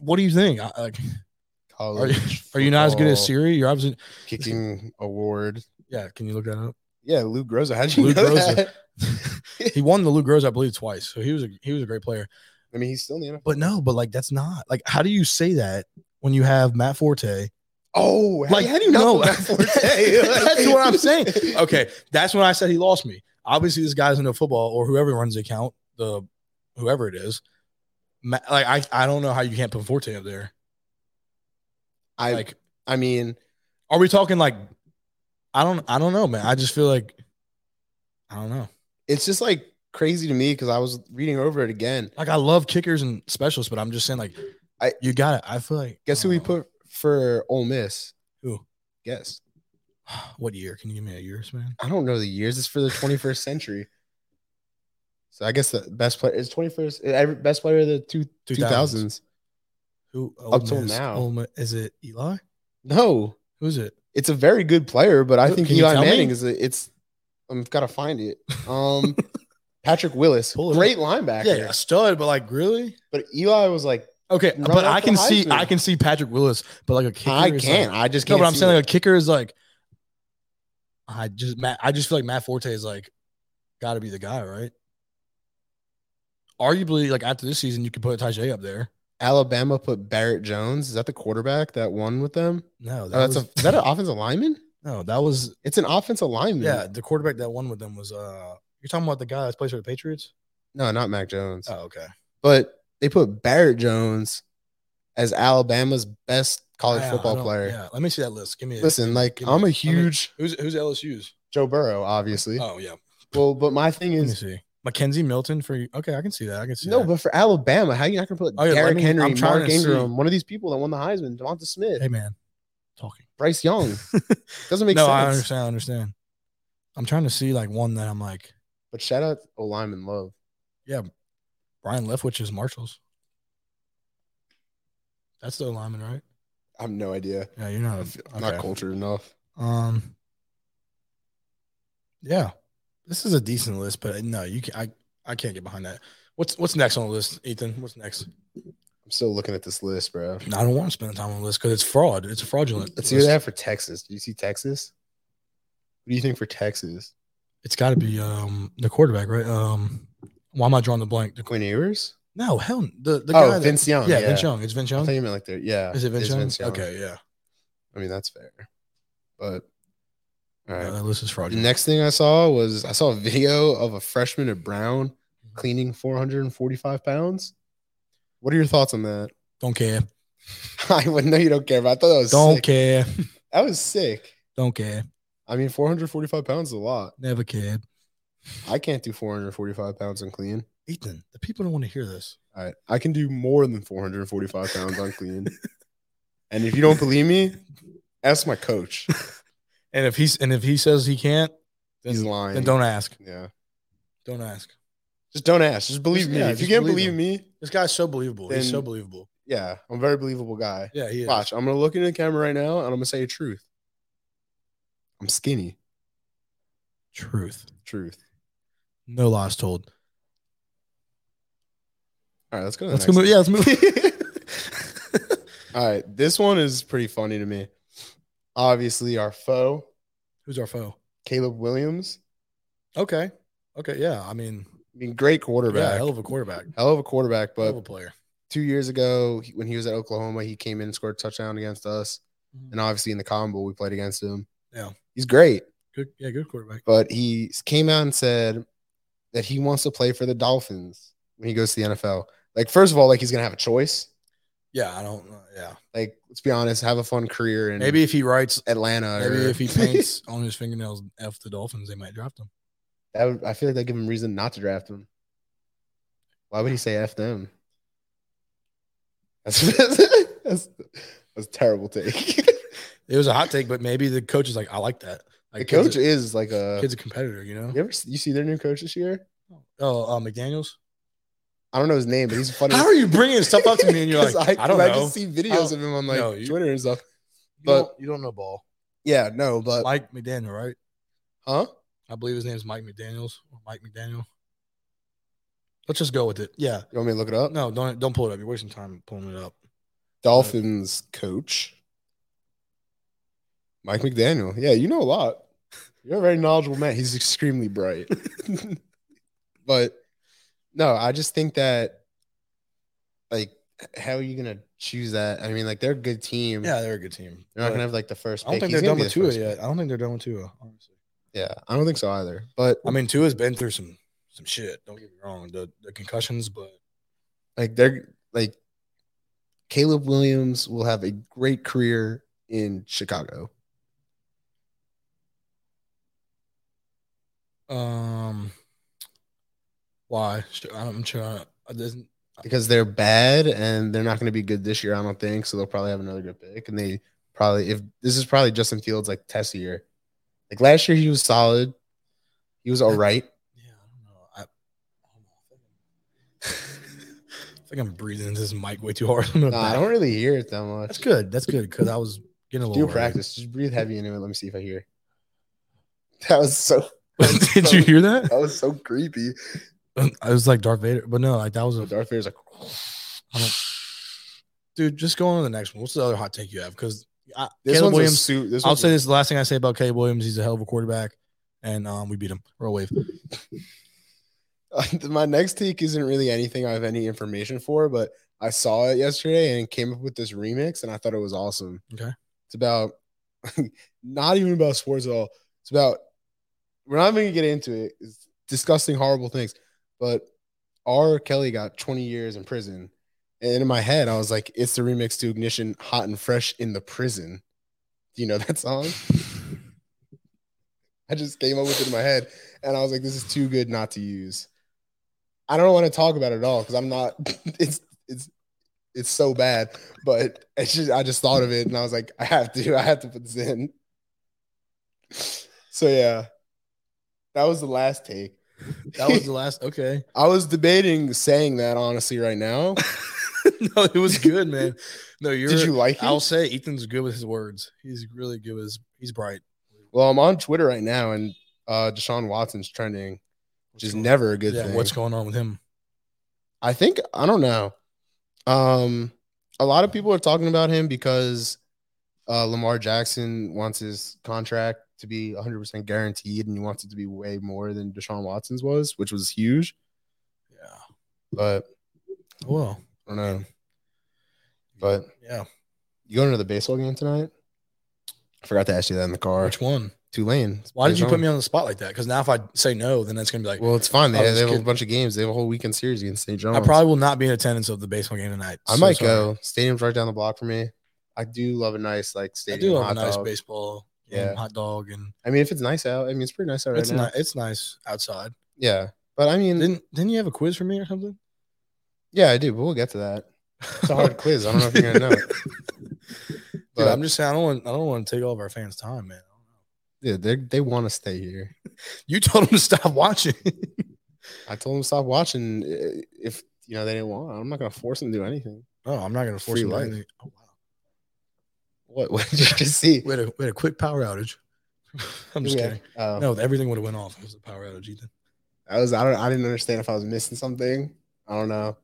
What do you think? I, like, are you
College
are you not as good as
football
Siri? You're obviously
Kicking award.
yeah. Can you look that up?
Yeah, Lou Groza. How did you
Lou
know
Groza.
that?
He won the Luke Groza, I believe, twice. So he was a he was a great player.
I mean, he's still in the NFL.
But no, but like that's not like how do you say that when you have Matt Forte?
Oh, how,
Like,
how do you not
no.
know that forte? Like-
That's what I'm saying. Okay, that's when I said he lost me. Obviously, this guy doesn't know football or whoever runs the account, the whoever it is. Ma- Like I, I don't know how you can't put Forte up there.
I,
like,
I mean,
are we talking like? I don't, I don't know, man. I just feel like, I don't know.
it's just like crazy to me because I was reading over it again.
Like I love kickers and specialists, but I'm just saying, like,
I-
you got it. I feel like
Guess who we put for Ole Miss?
Who?
Guess.
What year? Can you give me a year, man?
I don't know the years. It's for the 21st century. So I guess the best player is 21st. Every, best player of the two,
2000s.
2000s.
Who
Up till
Ole Miss,
now.
Ole Mi- is it Eli?
No,
Who's it?
it's a very good player, but I
Who-
think
can you
Eli
tell me?
Manning is a, it's. I've got to find it. Um, Patrick Willis,
Pull it up.
great linebacker.
Yeah, a stud, but like really?
But Eli was like,
Okay,
Run
but
up
I
the
can see
Heisman.
I can see Patrick Willis, but like a kicker,
I
is,
can't.
Like,
I just
no,
can't.
but I'm
see
saying
it.
like a kicker is like. I just Matt. I just feel like Matt Forte is like, got to be the guy, right? Arguably, like after this season, you could put Tajay up there.
Alabama put Barrett Jones. Is that the quarterback that won with them?
No, that
Oh, that's
was,
a, is that an offensive lineman?
no, that was
It's an offensive lineman.
yeah. The quarterback that won with them was uh. You're talking about the guy that's plays for the Patriots.
No, not Mac Jones.
Oh, okay.
But they put Barrett Jones as Alabama's best college
Yeah, I
football
don't-
player.
Yeah, let me see that list. Give me. A,
Listen, like
Give me-
I'm
I
a
mean-
huge
who's who's LSU's?
Joe Burrow, obviously.
Oh yeah.
Well, but my thing
Let me
is
see. Mackenzie Milton for okay, I can see that. I can see
no,
that.
but for Alabama, how are you not going to put
Oh, yeah, I
Derrick
mean,
Henry,
I'm trying
Mark
to see.
Ingram, one of these people that won the Heisman, Devonta Smith,
hey man, talking.
Bryce Young? Doesn't make
no, I
sense.
understand. I understand. I'm trying to see like one that I'm like
But shout out O lineman Love.
Brian Leftwich is Marshall's. That's the lineman, right?
I have no idea.
Yeah, you're not.
I'm
A,
not
okay.
cultured enough.
Um. Yeah, this is a decent list, but no, you can, I I can't get behind that. What's what's next on the list, Ethan? What's next?
I'm still looking at this list, bro.
No, I don't want to spend time on the list because it's fraud. It's a fraudulent.
Let's
It's
see what they have for Texas. Do you see Texas? What do you think for Texas?
It's got to be um the quarterback, right? Um, why am I drawing the blank? The,
Quinn Ewers?
no, hell, the the guy.
Oh,
that-
Vince Young.
yeah,
Yeah,
Vince Young. It's Vince
I
Young.
thought you meant like there. Yeah.
Is it Vince,
it's
Young? Okay, yeah.
I mean, that's fair. But all right.
No, that list is
the
fraudulent.
next thing I saw was I saw a video of a freshman at Brown
Mm-hmm.
cleaning 445 pounds. What are your thoughts on that?
Don't care.
I would know you don't care, but I thought that was
Don't
sick.
care.
That was sick.
Don't care.
I mean, 445 pounds is a lot.
Never cared.
I can't do 445 pounds unclean.
Ethan, the people don't want to hear this.
All right. I can do more than 445 pounds unclean. and if you don't believe me, ask my coach.
And if he's and if he says he can't, then,
He's lying.
then don't ask.
Yeah.
Don't ask.
Just don't ask. Just believe me.
yeah,
if you
just
can't believe
believe him.
me,
This guy's so believable. He's
Then-
so believable.
yeah, I'm a very believable guy.
Yeah, he is.
Watch, I'm gonna look into the camera right now and I'm gonna say the truth. I'm skinny.
Truth.
Truth.
No lies told.
All right, let's go. To the
Let's
next
go move. Yeah, let's move.
All right, this one is pretty funny to me. Obviously, our foe,
Who's our foe?
Caleb Williams.
Okay. Okay. Yeah. I mean,
I mean, great
yeah,
quarterback.
hell of a quarterback.
hell of a quarterback,
hell of
but
a player.
two years ago he- when he was at Oklahoma, he came in and scored a touchdown against us.
Mhm.
And obviously in the combo we played against him.
Yeah.
He's great.
Good. Yeah, good quarterback.
But he s- came out and said that he wants to play for the Dolphins when he goes to the NFL. Like, first of all, like he's gonna have a choice.
Yeah, I don't. know. Yeah.
Like, let's be honest, have a fun career in
Maybe if he writes,
Atlanta.
maybe
or-
if he paints on his fingernails F the Dolphins, they might draft him.
that would, I feel like that give him reason not to draft him. Why would he say F them? That's that's, that's a terrible take.
It was a hot take, but maybe the coach is like, I like that.
the
Like
coach
kid's a,
is like a
kid's a competitor, you know?
You ever s- you see their new coach this year?
Oh, uh, McDaniels.
I don't know his name, but he's funny.
How are you bringing stuff up to me and you're like, I, don't know.
I just see videos of him on like
No, you-
Twitter and stuff.
You
but-
don't- you don't know ball.
Yeah, no, but
Mike McDaniel, right?
huh?
I believe his name is Mike McDaniels or Mike McDaniel. Let's just go with it. Yeah.
You want me to look it up?
No, don't don't pull it up. You're wasting time pulling it up.
Dolphins coach Mike McDaniel. Yeah, you know a lot. You're a very knowledgeable man. He's extremely bright. but no, I just think that like how are you gonna choose that? I mean, like they're a good team.
Yeah, they're a good team.
They're not
But
gonna have like the first.
I don't
pick.
think
He's
they're done
gonna
with
be the
Tua
first
yet. I don't think they're done with Tua, honestly.
pick. Yeah, I don't think so either. But
I mean, Tua's been through some some shit. Don't get me wrong. The the concussions, but
like they're like Caleb Williams will have a great career in Chicago.
um why? I'm trying I doesn't
because they're bad and they're not going to be good this year, I don't think. So they'll probably have another good pick. And they probably, if this is probably Justin Fields like test year, like last year he was solid, he was all right.
Yeah, I don't know. I, I don't know. I think I'm breathing into this mic way too hard. I'm gonna
Nah, I
back-
don't really hear it that
That's
much.
good. That's good because I was getting a
Do
little
a practice, just breathe heavy into it. Let me see if I hear. That was so
worried. Did you hear that? Um,
that was so creepy.
I was like Darth Vader, but no, like that was a.
Darth Vader's like,
I don't- dude, just go on to the next one. What's the other hot take you have? Because
this
Caleb
one's Williams, a
Williams.
suit. This
I'll
one's
say this is the last thing I say about Caleb Williams. He's a hell of a quarterback, and um, we beat him. Roll wave.
my next take isn't really anything I have any information for, but I saw it yesterday and came up with this remix, and I thought it was awesome.
Okay.
it's about not even about sports at all. It's about we're not even gonna get into it. It's disgusting, horrible things. But R. Kelly got 20 years in prison, and in my head, I was like, it's the remix to Ignition, "Hot and Fresh in the Prison." Do you know that song? I just came up with it in my head, and I was like, this is too good not to use. I don't want to talk about it at all because I'm not. It's it's it's so bad. But it's just I just thought of it and I was like, I have to. I have to put this in. So yeah, that was the last take.
That was the last. Okay.
I was debating saying that honestly right now.
no, it was good, man. No, you're.
Did you like it?
I'll say Ethan's good with his words. He's really good with. His, he's bright.
well, I'm on Twitter right now and uh Deshaun Watson's trending, which is
What's going-
never a good
yeah,
thing.
What's going on with him?
I think I don't know. Um, a lot of people are talking about him because uh, Lamar Jackson wants his contract to be 100% guaranteed, and he wants it to be way more than Deshaun Watson's was, which was huge.
Yeah.
But
Well.
I don't know. But
Yeah.
you going to the baseball game tonight? I forgot to ask you that in the car.
Which one?
Tulane.
Why did you put me on the spot like that? Because now if I say no, then that's gonna be like.
Well, it's fine. They,
I was
they have a
kidding.
bunch of games. They have a whole weekend series against St. John's.
I probably will not be in attendance of the baseball game tonight.
I
So
might
sorry.
go. Stadium's right down the block for me. I do love a nice like
I
stadium.
do love a
hot
nice
dog.
baseball.
Yeah.
Yeah. Hot dog and
I mean, if it's nice out, I mean, it's pretty nice out
it's
right now.
nice. It's nice outside.
Yeah, but I mean,
Didn't Didn't you have a quiz for me or something?
yeah, I do. But we'll get to that. It's a hard quiz. I don't know if you're gonna know. it.
Dude,
But
I'm just saying I don't want I don't want to take all of our fans' time, man.
dude, they they want to stay here.
You told them to stop watching.
I told them to stop watching uh, if you know they didn't want. I'm not gonna force them to do anything.
no, Oh, I'm not gonna force
Free
you.
life.
Life. Oh, wow.
What? What did you just see?
We had a we had a quick power outage. I'm just kidding.
Oh,
No, everything would have went off. It was a power outage, Ethan.
I was. I don't. I didn't understand if I was missing something. I don't know.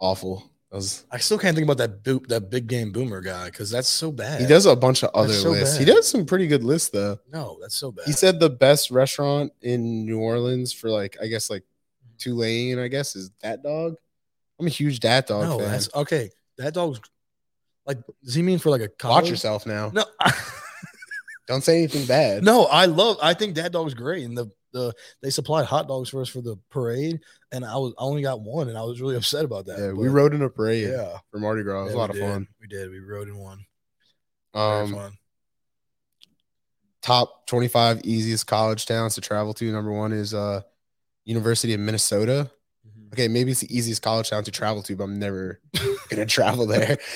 Awful. That was.
I still can't think about that boop, that big game boomer guy because that's so bad.
He does a bunch of other
That's so
lists. He
bad.
does some pretty good lists though.
No, that's so bad.
He said the best restaurant in New Orleans for like I guess like Tulane, I guess, is that dog. I'm a huge dat dog
no,
fan.
that's okay. That dog's like. Does he mean for like a college?
Watch yourself now.
No,
Don't say anything bad.
no. I love. I think that dog's great, and the the they supplied hot dogs for us for the parade, and I was I only got one, and I was really upset about that.
yeah, we
but-
rode in a parade
Yeah,
for Mardi Gras. It was
Yeah,
a
we
lot of
did.
fun.
We did. We rode in one. Very
Um,
fun.
top 25 easiest college towns to travel to. Number one is uh University of Minnesota.
Mm-hmm.
Okay, maybe it's the easiest college town to travel to, but I'm never gonna travel there.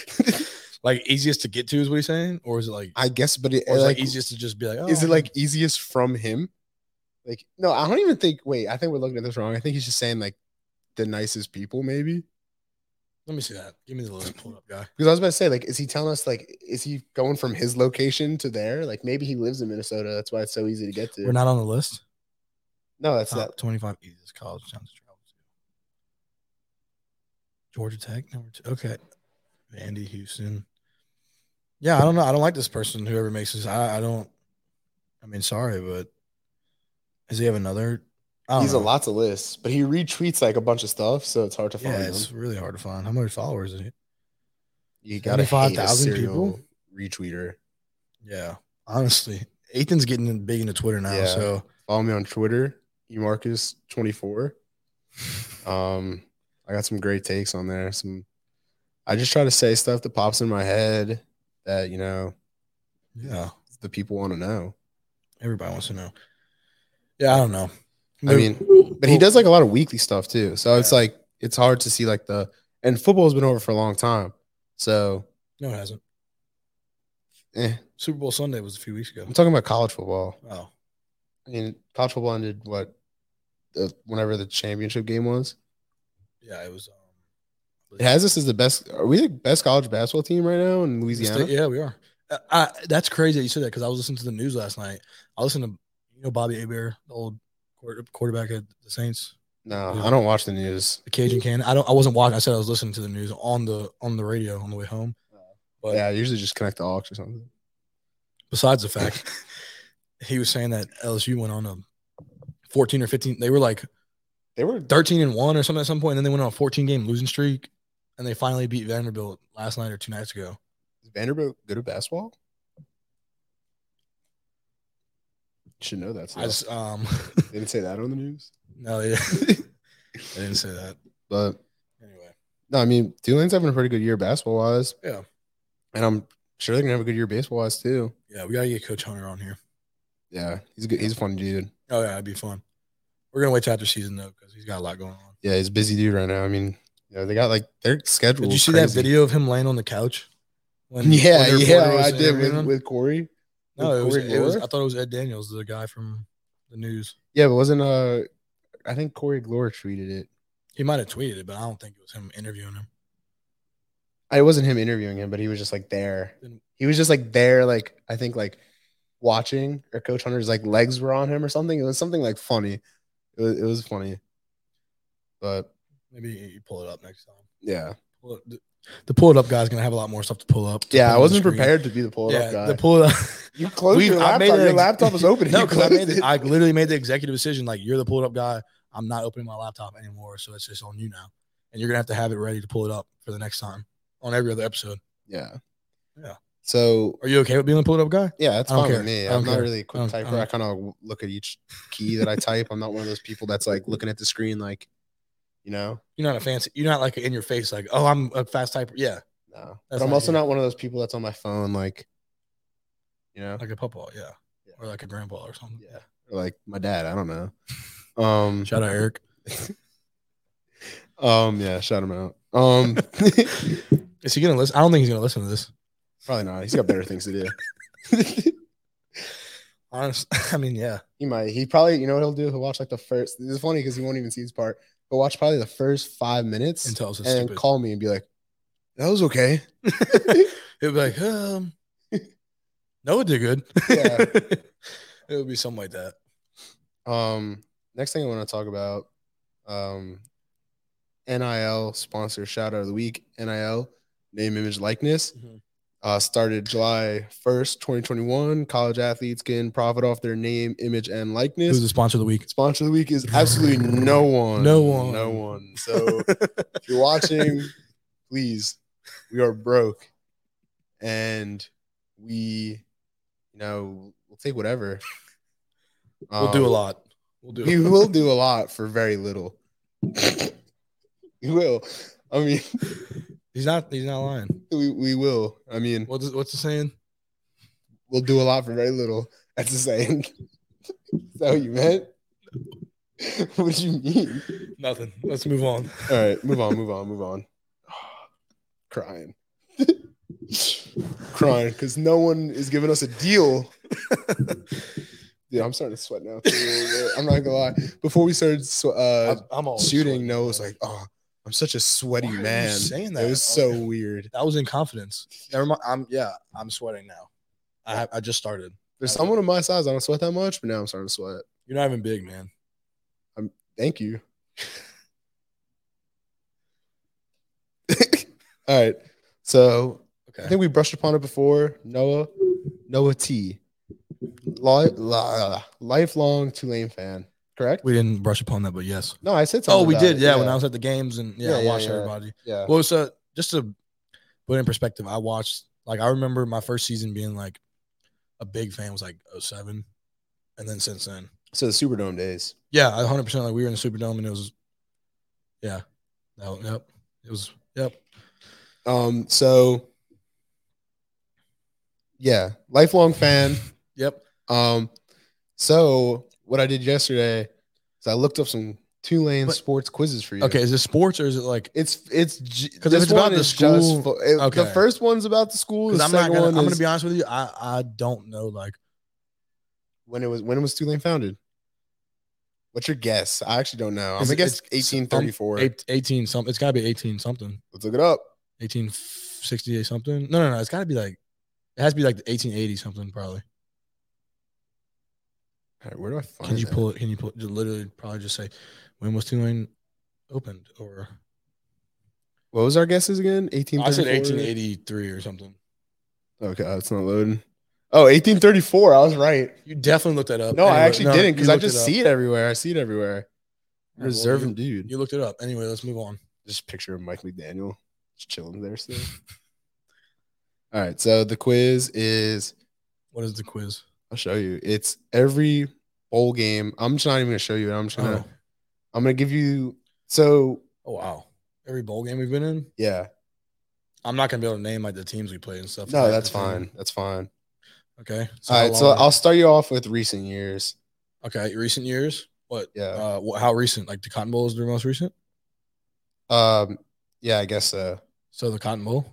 Like easiest to get to is what he's saying, or is it like,
I guess, but it,
or is it, like,
like,
easiest to just be like, oh,
is
I
it
can-
like easiest from him? Like, no, I don't even think. Wait, I think we're looking at this wrong. I think he's just saying like the nicest people, maybe.
Let me see that. Give me the list. Pull it up, guy.
Because I was about to say, like, is he telling us like is he going from his location to there? Like, maybe he lives in Minnesota. That's why it's so easy to get to.
We're not Oh. on the list.
no, that's
Top
not.
25 easiest college towns to travel to. Georgia Tech, number two. Okay. Andy Houston. Yeah, I don't know. I don't like this person, whoever makes this. I, I don't. I mean, sorry, but does he have another? I don't
He's a
know.
lot to list, but he retweets like a bunch of stuff, so it's hard to find.
Yeah,
him.
it's really hard to find. How many followers is he?
You gotta hate a
75,000
serial
people?
retweeter.
Yeah, honestly, Ethan's getting big into Twitter now.
Yeah.
So
Follow me on Twitter, emarcus twenty four. Um, I got some great takes on there. Some, I just try to say stuff that pops in my head that you know
yeah,
the people want to know.
everybody wants to know. Yeah, I don't know.
I mean, But he does like a lot of weekly stuff too, so it's
Yeah.
like it's hard to see like the and football's been over for a long time, so
No, it hasn't.
eh.
Super Bowl Sunday was a few weeks ago.
I'm talking about college football.
Oh,
I mean, college football ended what the, whenever the championship game was.
yeah, it was. Um,
It has us as the best. Are we the best college basketball team right now in Louisiana?
Yeah, we are. Uh, I, that's crazy that you said that because I was listening to the news last night. I listened to you know Bobby Abear, the old quarter- quarterback at the Saints,
No, I don't watch the news.
the Cajun can. I don't. I wasn't watching. I said I was listening to the news on the on the radio on the way home. But
yeah, I usually just connect the aux or something.
besides the fact he was saying that LSU went on a 14 or 15, they were like
They were
13 and 1 or something at some point, and then they went on a 14 game losing streak, and they finally beat Vanderbilt last night or two nights ago.
Is Vanderbilt good at basketball? You should know that.
I
stuff.
just, um,
they didn't say that on the news,
no, they, they didn't say that.
but
Anyway,
no, I mean Tulane's having a pretty good year basketball wise.
Yeah.
and I'm sure they're gonna have a good year baseball wise too.
yeah, we got to get Coach Hunter on here.
Yeah, he's a good. He's a fun dude.
Oh, yeah, that'd be fun. We're gonna wait till after season though because he's got a lot going on.
Yeah, he's a busy dude right now. I mean, you know, they got like their schedule.
Did you
is
see that
crazy.
video of him laying on the couch? When,
Yeah,
when the reporter
yeah,
was
I did
interviewing
with,
him?
with Corey.
no, it was,
Corey
it was-
Glover?
I thought it was Ed Daniels, the guy from the news.
Yeah, but wasn't uh, I think Corey Glore tweeted it.
He might have tweeted it, but I don't think it was him interviewing him.
It wasn't him interviewing him, but he was just like there.
Then-
He was just like there, like I think like watching or Coach Hunter's like legs were on him or something. It was something like funny. It was, it was funny, but
Maybe you- you pull it up next time.
yeah,
Pull it- the- The pull it up guy's gonna have a lot more stuff to pull up. to put
yeah. I
on the
wasn't
screen.
prepared to be the pull it
yeah,
up guy.
the pull it up.
you closed
We've-
your
I made
laptop.
an
Your
ex-
laptop was open.
no,
You
because I
closed it.
made the, I literally made the executive decision like you're the pull it up guy. I'm not opening my laptop anymore, so it's just on you now, and you're gonna have to have it ready to pull it up for the next time on every other episode.
yeah,
Yeah.
So
Are you okay with being the pull it up guy?
Yeah, that's
I don't
fine
care.
with me.
I don't
I'm not
care.
really a quick
I don't- I
typer. I, kind of look at each key that I type. I'm not one of those people that's like looking at the screen, like, you know,
You're not a fancy. You're not like in your face, like oh, I'm a fast typer. Yeah,
no.
That's
but I'm
not
also
you.
not one of those people that's on my phone, like, you know,
like a papa. Yeah.
Yeah.
or like a grandpa or something.
Yeah. or like my dad. I don't know. Um,
Shout out Eric.
um, yeah, shout him out. Um,
Is he gonna listen? I don't think he's gonna listen to this.
probably not. He's got better things to do.
Honest. I mean, yeah.
he might. He probably, you know, what he'll do. He'll watch like the first. This is funny because he won't even see his part. He'll watch probably the first five minutes
And tell us it's
and
stupid.
call me and be like, "That was okay."
He'll be like, um, no, it did good.
Yeah.
it would be something like that.
Um, next thing I want to talk about, um, NIL sponsor shout out of the week. NIL name, image, likeness.
Mhm.
Uh, started July first, twenty twenty one. College athletes can profit off their name, image, and likeness.
Who's the sponsor of the week?
sponsor of the week is absolutely no one.
No one.
No one. So if you're watching, please, we are broke, and we, you know, we'll take whatever.
We'll do a
Um,
lot. We'll do.
we will do a lot for very little. we will. I mean,
He's not. He's not lying.
we, we will. I mean,
What's what's the saying?
we'll do a lot for very little. That's the saying. Is that what you meant? what do you mean?
Nothing. Let's move on.
All right, move on, move on, move on. Crying. Crying because no one is giving us a deal. Yeah, I'm starting to sweat now. too, a little bit. I'm not gonna lie. Before we started swe- uh,
I'm all
shooting no it's like oh i'm such a sweaty
Why are you
man
saying
it
that? Oh,
was so weird
that was in confidence. Never mind. I'm yeah. I'm sweating now. I have, I just started.
there's someone of my size i don't sweat that much but now i'm starting to sweat
You're not even big, man.
thank you all right so i
Okay.
think we brushed upon it before noah noah t li- li- lifelong tulane fan correct
We didn't brush upon that, but yes.
no i said
Oh,
something
we
about
did.
it.
Yeah, when I was at the games and yeah,
Yeah,
I
yeah,
watched
yeah.
everybody.
yeah
Well, so just to put in perspective, I watched like I remember my first season being like a big fan was like 07. and then since then,
so the superdome days
yeah, 100 percent like we were in the Superdome and it was, yeah, no, yep, it was yep.
um so yeah lifelong fan
Yep.
Um, so what I did yesterday is I looked up some Tulane
But-
sports quizzes for you.
Okay, is this sports or is it like?
it's it's because
if it's about the school-
the
okay.
first one's about the school.
Because
The
I'm not
second
gonna.
one
I'm gonna
is
be honest with you. I I don't know. Like
when it was when was Tulane founded? What's your guess? I actually don't know. I'm
Is
gonna
it-
guess
it's- um,
1834.
eight, 18 something. It's gotta be 18 something.
Let's look it up.
1868 something. No, no, no. It's gotta be like. It has to be like 1880 something probably.
All right, where do I find?
Can you
that?
pull it? Can you pull it? Literally, probably just say, when was Tulane opened? Or
What was our guesses again? 1834.
I said 1883 or something.
Okay, oh, it's not loading. Oh, 1834. I was right.
You definitely looked that up.
No, I
Anyway,
actually didn't
you
because I
looked
just
up.
see it everywhere. I see it everywhere.
Well,
Reserving
you-
dude.
You looked it up. Anyway, let's move on.
just picture of Mike McDaniel just chilling there still. All right, so the quiz is
What is the quiz?
I'll show you. It's every bowl game. I'm just not even gonna show you. I'm just gonna
Oh,
I'm gonna give you so
oh, wow. Every bowl game we've been in,
yeah.
I'm not gonna be able to name like the teams we played and stuff.
No,
Like,
that's
the team.
fine. That's fine.
Okay.
All
how
right, so
long-
I'll start you off with recent years.
okay recent years. What?
Yeah.
Uh, wh- how recent? Like the Cotton Bowl is the most recent.
Um, yeah, I guess so.
So the Cotton Bowl.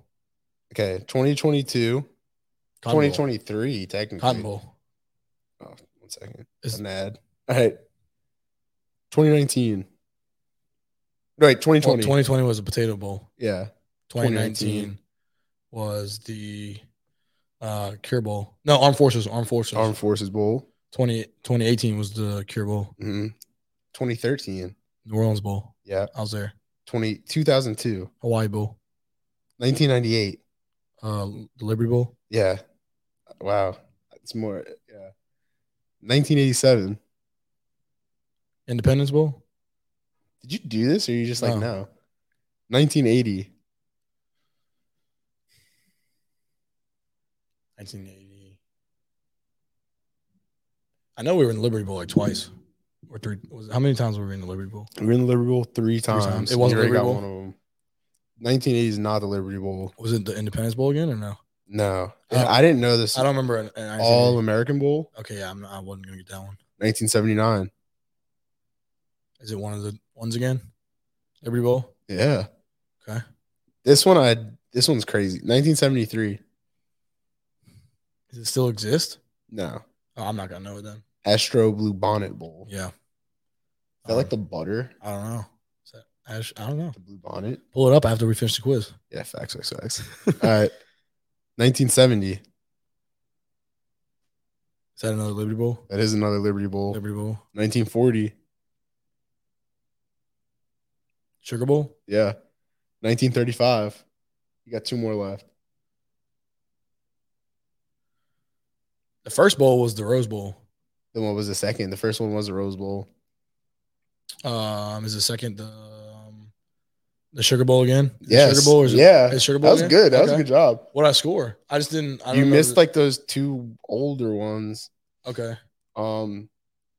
Okay, 2022,
Cotton Bowl.
2023, technically.
Cotton Bowl.
Oh, one second.
Is-
I'm mad. All right. 2019. Right, 2020.
Well, 2020 was the Potato Bowl.
yeah.
2019, was the uh, Cure Bowl. No, Armed Forces. Armed Forces.
Armed Forces Bowl.
20, 2018 was the Cure Bowl.
hmm 2013.
New Orleans Bowl.
Yeah.
I was there.
20, 2002.
Hawaii Bowl.
1998.
Uh, the Liberty Bowl.
Yeah. Wow. It's more. Yeah. 1987.
Independence Bowl.
Did you do this or you just like,
No.
no? 1980.
1980. I know we were in the Liberty Bowl like twice or three. Was, how many times were we in the Liberty Bowl?
We were in the Liberty Bowl three times.
times. It wasn't
You already
Liberty Bowl?
One of them. 1980 is not the Liberty Bowl.
Was it the Independence Bowl again or no?
No,
I don't-
I didn't know this.
Uh, I don't remember. An, an
All
1980.
American Bowl,
okay, yeah, I'm, I wasn't gonna get that one.
1979.
Is it one of the ones again? Liberty Bowl.
Yeah,
Okay.
this one I this one's crazy. 1973.
Does it still exist?
No,
Oh, I'm not gonna know it then.
Astro Blue Bonnet Bowl.
Yeah. Um,
Is that like the butter?
I don't know. Is that ash? I don't know.
The blue bonnet.
Pull it up after we finish the quiz.
Yeah, facts, facts, facts. Uh, All right, 1970.
Is that another Liberty Bowl?
That is another Liberty Bowl.
Liberty Bowl.
1940.
Sugar Bowl.
Yeah, 1935. You got two more left.
The first bowl was the Rose Bowl.
Then what was the second? The first one was the Rose Bowl.
Um, is the second the um, the Sugar Bowl again? Is it
Yes.
Sugar Bowl. Or is it-
yeah.
is Sugar
That
Bowl.
was
again?
good. That was a
Okay.
good job.
What I score? I just didn't. I
You
don't know
missed
the-
like those two older ones.
Okay,
Um,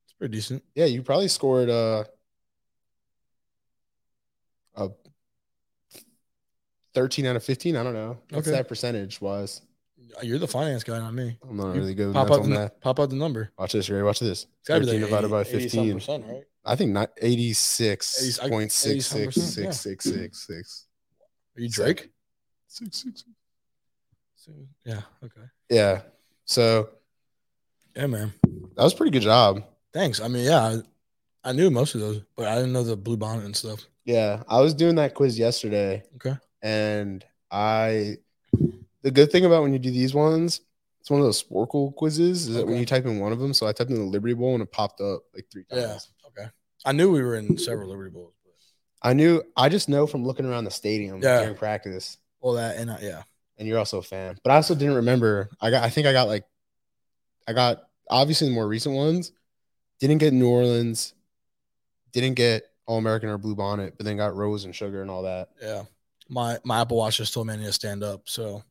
it's pretty decent.
yeah, you probably scored uh a 13 out of 15. I don't know. What's
Okay.
that percentage wise?
You're the finance guy, not me.
I'm not
You
really good with
Pop
math
out,
on
the,
that.
pop out the number.
Watch this, Ray. Watch this.
It's gotta
13
be like
divided
80
by
80-some
15.
percent, right?
I think not 86.
80
point six
80-some
six
percent, yeah.
six six six six
Are you Drake?
six six.
Yeah. Okay.
Yeah. So
Yeah, man.
that was a pretty good job.
Thanks. I mean, yeah, I, I knew most of those, but I didn't know the blue bonnet and stuff.
Yeah. I was doing that quiz yesterday.
Okay.
and I the good thing about when you do these ones, it's one of those Sporkle quizzes, is that when
Okay.
you type in one of them, so I typed in the Liberty Bowl and it popped up like three times.
Yeah. Okay. I knew we were in several Liberty Bowls. But
I knew I just know from looking around the stadium
Yeah.
during practice,
all that and I, yeah.
and you're also a fan. But I also didn't remember. I got I think I got like I got obviously the more recent ones, didn't get New Orleans, didn't get All American or Blue Bonnet, but then got Rose and Sugar and all that.
Yeah. My my Apple Watch just told me I need to stand up. So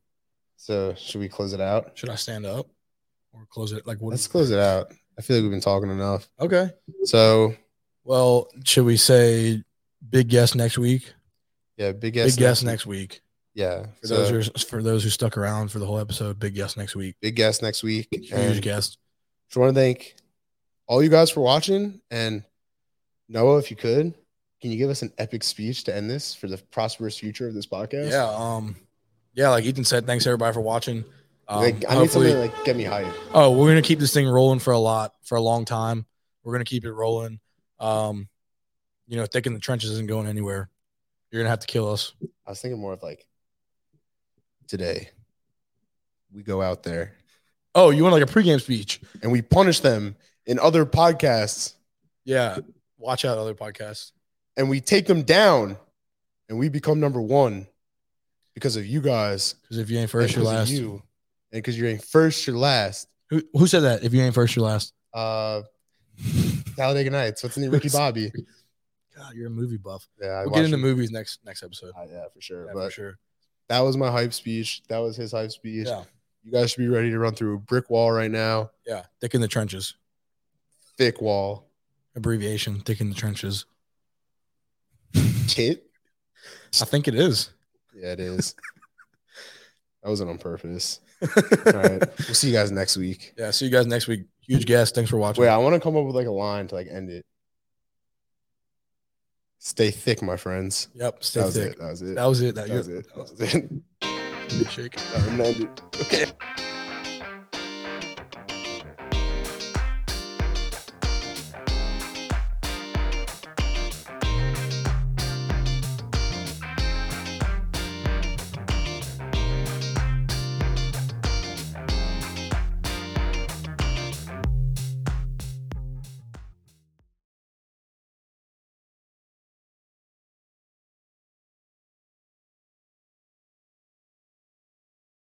So should we close it out?
should I stand up or close it? Like what?
Let's close it out. I feel like we've been talking enough.
Okay.
So
Well, should we say big guest next week?
Yeah, big guess.
big guest next week.
Yeah,
For
so
those who, for those who stuck around for the whole episode, big guest next week.
big guess next week.
Huge
And
guest.
just want to thank all you guys for watching. And Noah, if you could, can you give us an epic speech to end this for the prosperous future of this podcast?
Yeah. Um. Yeah, like Ethan said, thanks everybody for watching. Um,
like I need
hopefully,
something to like get me hyped.
oh, we're gonna keep this thing rolling for a lot for a long time. We're gonna keep it rolling. Um, you know, thick in the trenches isn't going anywhere. You're gonna have to kill us.
I was thinking more of like today. We go out there
Oh, you want like a pregame speech?
and we punish them in other podcasts,
Yeah. Watch out, other podcasts.
and we take them down, and we become number one because of you guys.
Because if you ain't
and
first, you're
because of
last.
you, and because you're in first, you're last.
Who, who said that? If you ain't first, you're last.
uh Talladega Nights. What's the name? Ricky Bobby.
God, you're a movie buff.
Yeah, I
We'll
watched
get into
it.
movies next next episode.
Uh, yeah, for sure.
Yeah,
but
for sure.
that was my hype speech. That was his hype speech.
Yeah,
You guys should be ready to run through a brick wall right now.
yeah. Thick in the trenches.
Thick wall.
Abbreviation. Thick in the trenches.
Kit.
I think it is.
Yeah, it is. that wasn't on purpose. All right. We'll see you guys next week.
Yeah. See you guys next week. Huge guest. Thanks for watching.
Wait, I want to come up with like a line to like end it. Stay thick, my friends.
Yep. Stay
That was
thick.
it. That was it.
That was it. That,
That was it. That was it.
was it. Shake.
I'm not- okay.